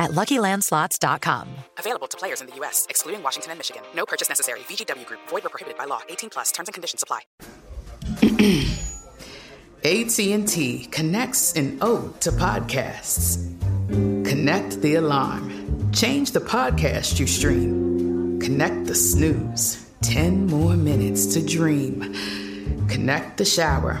at luckylandslots.com. Available to players in the U.S., excluding Washington and Michigan. No purchase necessary. VGW Group, void or prohibited by law. 18 plus terms and conditions apply. AT&T connects an ode to podcasts. Connect the alarm. Change the podcast you stream. Connect the snooze. 10 more minutes to dream. Connect the shower.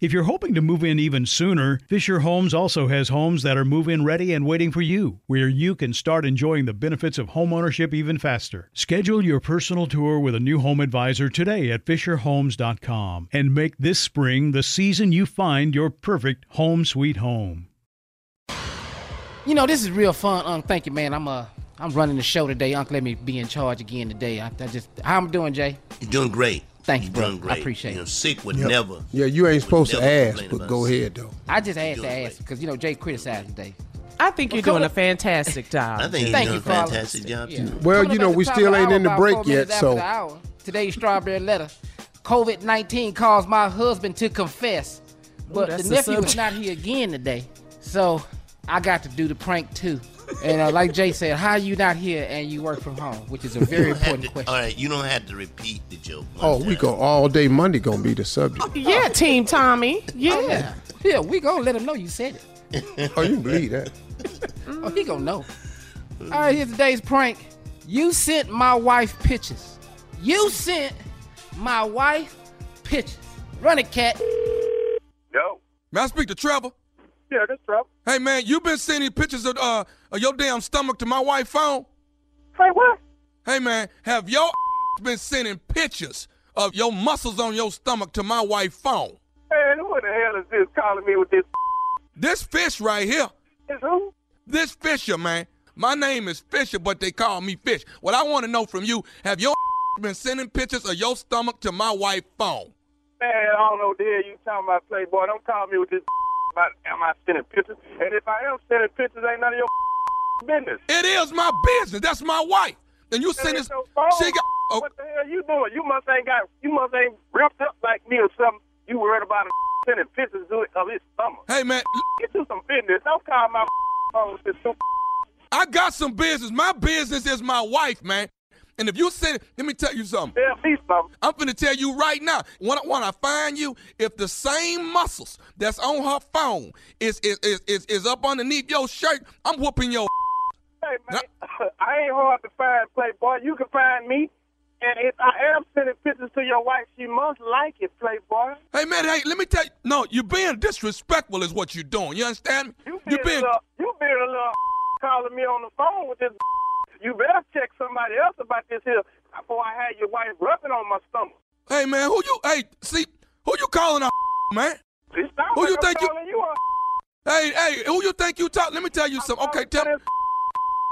If you're hoping to move in even sooner, Fisher Homes also has homes that are move in ready and waiting for you, where you can start enjoying the benefits of homeownership even faster. Schedule your personal tour with a new home advisor today at FisherHomes.com and make this spring the season you find your perfect home sweet home. You know, this is real fun, Unc. Thank you, man. I'm uh, I'm running the show today, Unc. Let me be in charge again today. I, I just, how I'm doing, Jay? You're doing great. Thank you, You're doing brother. I great. appreciate you know, it. Sick would never. Yeah, you ain't supposed to never ask, complain but about go sick. ahead though. I just had to doing ask great. because you know Jay criticized today. I think you're Well, doing a come- fantastic job. I think Jay. he's Thank doing you a for all of fantastic us. job Yeah. too. Well, Coming you up know, at we top still of the ain't hour, in the about break four yet, minutes after so- the hour. today's strawberry letter. COVID nineteen caused my husband to confess, but that's the the nephew is subject. not here again today, so I got to do the prank too. And uh, like Jay said, how you not here and you work from home, which is a very You don't have important to- question. All right, you don't have to repeat the joke. one Oh, we time. go all day Monday gonna be the subject. Yeah, Team Tommy. Yeah. Oh, Yeah, yeah, we gonna let him know you said it. Oh, you can believe that? Oh, he gonna know. All right, here's today's prank. You sent my wife pictures. You sent my wife pictures. Run it, cat. Yo. May I speak to Trevor? Yeah, that's trouble. Hey man, you been sending pictures of uh of your damn stomach to my wife's phone? Hey, what? Hey man, have your been sending pictures of your muscles on your stomach to my wife's phone? Man, who in the hell is this calling me with this? This fish right here, Is who? this Fisher man. My name is Fisher, but they call me Fish. What I want to know from you, have your been sending pictures of your stomach to my wife's phone? Man, I don't know, dear. You talking about Playboy? Don't call me with this. About am I sending pictures? And if I am sending pictures, ain't none of your business. It is my business. That's my wife. And you send this. It's your phone. She got. Oh, What the hell you doing? You must ain't got. You must ain't ripped up like me or something. You worried about him sending pictures to- of his stomach? hey man, Get you some business. Don't call my phone with this stupid. I got some business. My business is my wife, man. And if you send, let me tell you something. Tell me something. I'm finna tell you right now. When I, when I find you, if the same muscles that's on her phone is is, is, is is up underneath your shirt, I'm whooping your. Hey, man, I ain't hard to find, Playboy. You can find me And if I am sending pictures to your wife, she must like it, Playboy. Hey man, hey, let me tell you. No, you're being disrespectful is what you're doing. You understand me? You You've been, you been a little calling me on the phone with this. You better check somebody else about this here before I had your wife rubbing on my stomach. Hey man, who you? Hey, see, who you calling a man? Who you think you? Hey, hey, who you think you talk? Let me tell you something. Okay, tell me.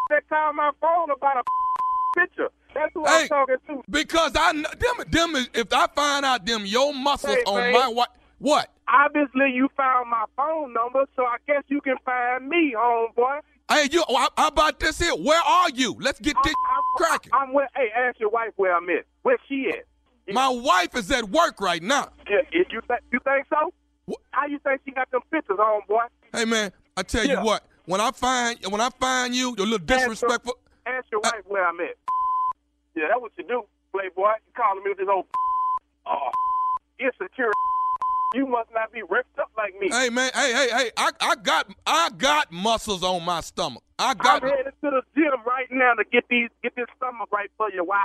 That time my phone about a picture. That's who I'm talking to. Because I kn- them them is, if I find out them your muscles Hey, on babe. my wife. What? Obviously, you found my phone number, so I guess you can find me, homeboy. Hey, you. oh, How how about this here? Where are you? Let's get this cracking. I'm with. Hey, ask your wife where I'm at. Where she at? My wife is at work right now. Yeah, if you th- you think so? How you think she got them pictures, homeboy? Hey man, I tell Yeah. you what. When I find when I find you, you're a little disrespectful. Ask your wife where I'm at. Yeah, that's what you do, playboy. You calling me with this old oh, insecure. You must not be ripped up like me. Hey man, hey hey hey, I, I got I got muscles on my stomach. I I'm got. headed to the gym right now to get these get this stomach right for your wife.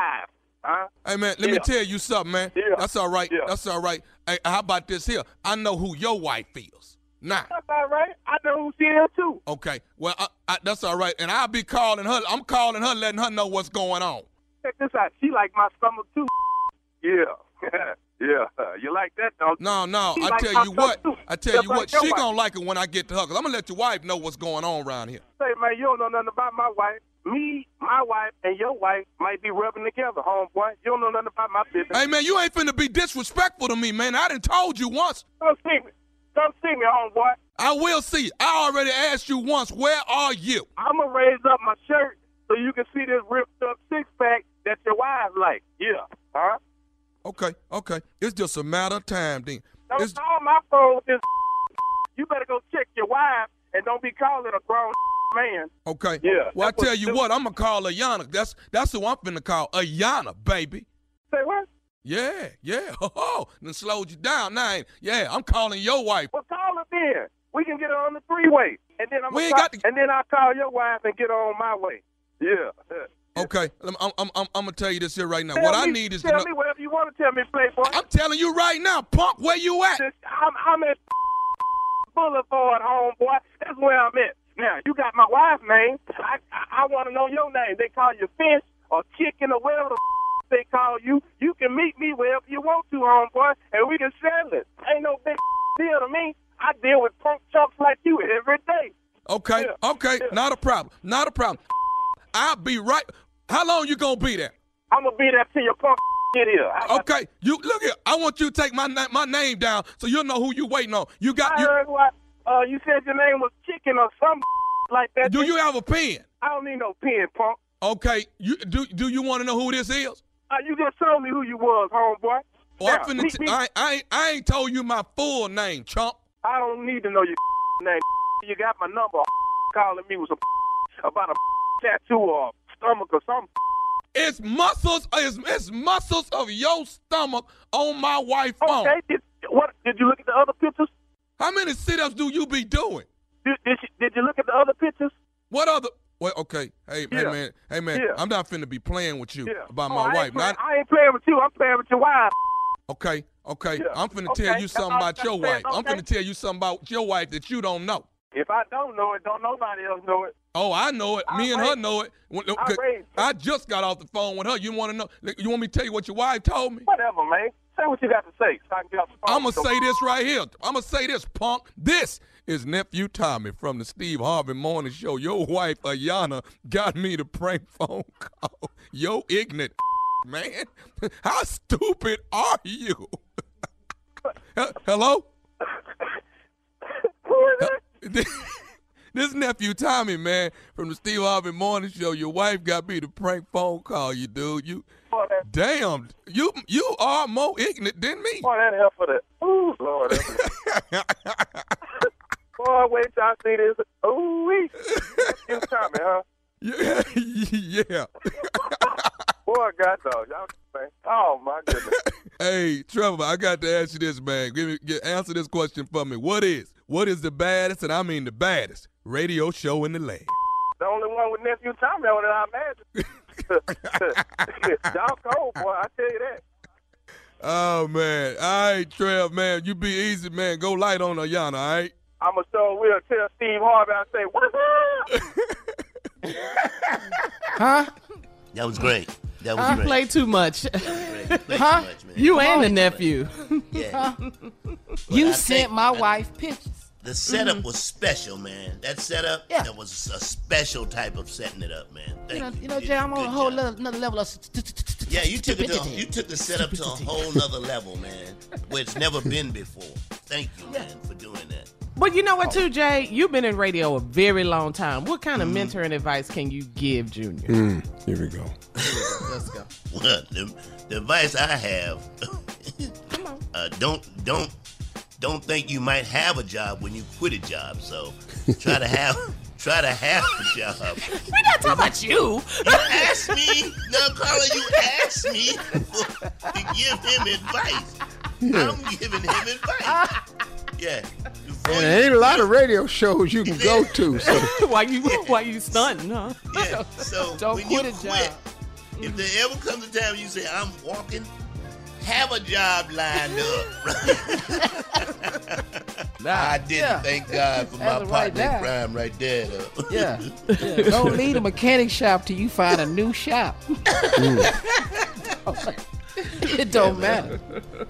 Huh? Hey man, let me Yeah. tell you something, man. That's all right. That's all right. Hey, how about this here? I know who your wife is. Nah. That's all right. I know who she is too. Okay. Well, I, I, that's all right. And I'll be calling her. I'm calling her, letting her know what's going on. Check this out. She like my stomach too. Yeah. yeah. You like that, don't you? No, no. She I like tell my you what. stomach, too. I tell Just you like what. your She wife. gonna like it when I get to her. Cause I'm gonna let your wife know what's going on around here. Say, man, you don't know nothing about my wife. Me, my wife, and your wife might be rubbing together, homeboy. You don't know nothing about my business. Hey man, you ain't finna be disrespectful to me, man. I done told you once. Come see me. Come see me, homeboy. I will see. I already asked you once. Where are you? I'm going to raise up my shirt so you can see this ripped up six pack that your wife like. Yeah. Huh? Okay. Okay. It's just a matter of time, then. Don't call my phone with this. You better go check your wife and don't be calling a grown man. Okay. Yeah, Well, I that's what tell you you do. what, I'm gonna call Ayana. That's that's who I'm finna call. Ayana, baby. Say what? Yeah, yeah. Oh, then slowed you down. Now, ain't- yeah, I'm calling your wife. Well, call her then. We can get her on the three way, and then I'm We gonna ain't call, got and then I'll call your wife and get her on my way. Yeah. Okay. I'm, I'm, I'm, I'm gonna tell you this here right now. Tell what I me- need is to tell know- me whatever you want to tell me, Playboy. I'm telling you right now, punk. Where you at? I'm, I'm at Boulevard, homeboy. That's where I'm at. Now you got my wife's name. I I, I want to know your name. They call you fish or chicken or whatever the they call you. You can meet me wherever you want to, homeboy, and we can settle it. Ain't no big deal to me. I deal with punk chumps like you every day. Okay. Okay. Not a problem. Not a problem. I'll be right. How long you gonna be there? I'm gonna be there till your punk get here. Okay. You look here. I want you to take my na- my name down so you'll know who you waiting on. You got I you. heard what uh, you said your name was Chicken or something like that. Do you have a pen? I don't need no pen, punk. Okay. You do do you want to know who this is? Uh, you just told me who you was, homeboy. Well, I'm Now, finna me- t- me- I, I, ain't- I ain't told you my full name, chump. I don't need to know your name. You got my number. Calling me was a about a tattoo or stomach or something. It's muscles. It's, it's muscles of your stomach on my wife's phone. Okay. Did, what did you look at the other pictures? How many sit-ups do you be doing? Did, did, you, did you look at the other pictures? What other? Well, okay. Hey, hey Yeah. man. Hey man. Yeah. I'm not finna be playing with you about Oh, my I wife. Ain't play, Now, I ain't playing with you. I'm playing with your wife. okay. Okay. Yeah. I'm finna Okay, tell you that's something all about I'm your wife. saying, I'm okay. finna tell you something about your wife that you don't know. If I don't know it, don't nobody else know it. Oh, I know it. Me and her know it. When- I cause raised I just got off the phone with her. You want to know? You want me to tell you what your wife told me? Whatever, man. Say what you got to say. So I can get off the phone. I'm gonna say this right here. I'm gonna say this, punk. This is nephew Tommy from the Steve Harvey Morning Show. Your wife Ayana got me the prank phone call. Yo, ignorant man, how stupid are you? He- Hello. This nephew Tommy, man, from the Steve Harvey Morning Show. Your wife got me the prank phone call. You dude, you. Damn, you you are more ignorant than me. Boy, that hell for that. Ooh, Lord. that- Boy, wait till I see this. Ooh, wee. You Tommy, huh? Yeah. yeah. Boy, God, dog. Y'all, man. Oh, my goodness. Hey, Trevor, I got to ask you this, man. Give me get, answer this question for me. What is what is the baddest, and I mean the baddest radio show in the land? The only one with nephew Tommy on it, I imagine. Y'all cold, boy. I tell you that. Oh man. All right, Trev, man. You be easy, man. Go light on Ayana, all right? I'm going to show will tell Steve Harvey, I say, what's up? Huh? That was great. That was you great. play too much. Play too huh? much, man. you Come and on. the nephew. you I sent think- my I- wife pictures. The setup Mhm. Mm-hmm. was special, man. That setup, Yeah. that was a special type of setting it up, man. You Thank know, you. you know, did Jay, a I'm on good a whole job. level, another level of. Yeah, you took it. To, you took the setup to a whole nother level, man, where it's never been before. Thank you, man, for doing that. But you know what, too, Jay? You've been in radio a very long time. What kind of mentor mentoring advice can you give Junior? Mm, here we go. Let's go. Well, the, the advice I have, uh, don't don't don't think you might have a job when you quit a job. So try to have try to have a job. We're not talking about you. You asked me, now Carla, you asked me for- to give him advice. I'm giving him advice. Yeah, And there ain't a lot of radio shows you can go to. So why you why you stunting, huh? yeah. So Don't when quit you a quit, Mm-hmm. if there ever comes a time you say I'm walking, have a job lined up. I didn't yeah. thank God for my That's right partner in there. crime right there. Though. Yeah. yeah. Don't leave the mechanic shop till you find a new shop. it don't matter.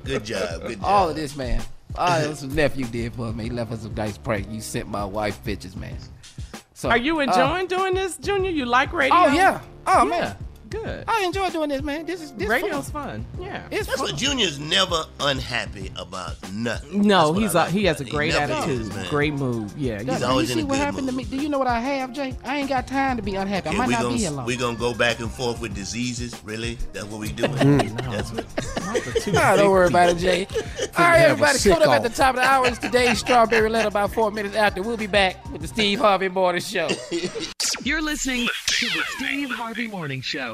Good job. Good job. All of this, man. All of this nephew did for me. He left us a nice prank. You sent my wife pictures, man. So Are you uh, enjoying doing this, Junior? You like radio? Oh yeah. Oh Yeah. man. Good. I enjoy doing this, man. This is this Radio's fun. Yeah. It's That's fun. what Junior's never unhappy about nothing. No, That's what he's I a, like he has a about great him. He never attitude, is, man. great mood. Yeah, Yeah, you- He's do always you in see a what good happened to me? mood. Do you know what I have, Jay? I ain't got time to be unhappy. I Okay, might we not gonna, be here long. We gonna go back and forth with diseases, really? That's what we doing. That's what. Nah, don't worry about it, Jay. All right, have a everybody, sick coming up at the off. top of the hour is today's Strawberry Letter about four minutes after. We'll be back with the Steve Harvey Morning Show. You're listening to the Steve Harvey Morning Show.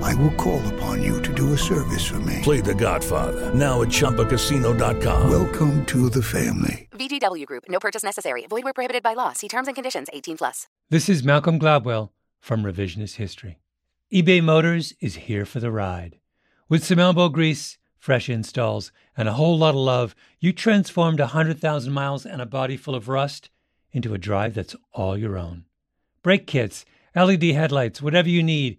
I will call upon you to do a service for me. Play The Godfather now at ChumbaCasino.com. Welcome to the family. VGW Group. No purchase necessary. Void where prohibited by law. See terms and conditions. 18 plus. This is Malcolm Gladwell from Revisionist History. eBay Motors is here for the ride. With some elbow grease, fresh installs, and a whole lot of love, you transformed a 100,000 miles and a body full of rust into a drive that's all your own. Brake kits, LED headlights, whatever you need,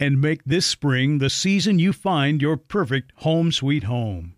and make this spring the season you find your perfect home sweet home.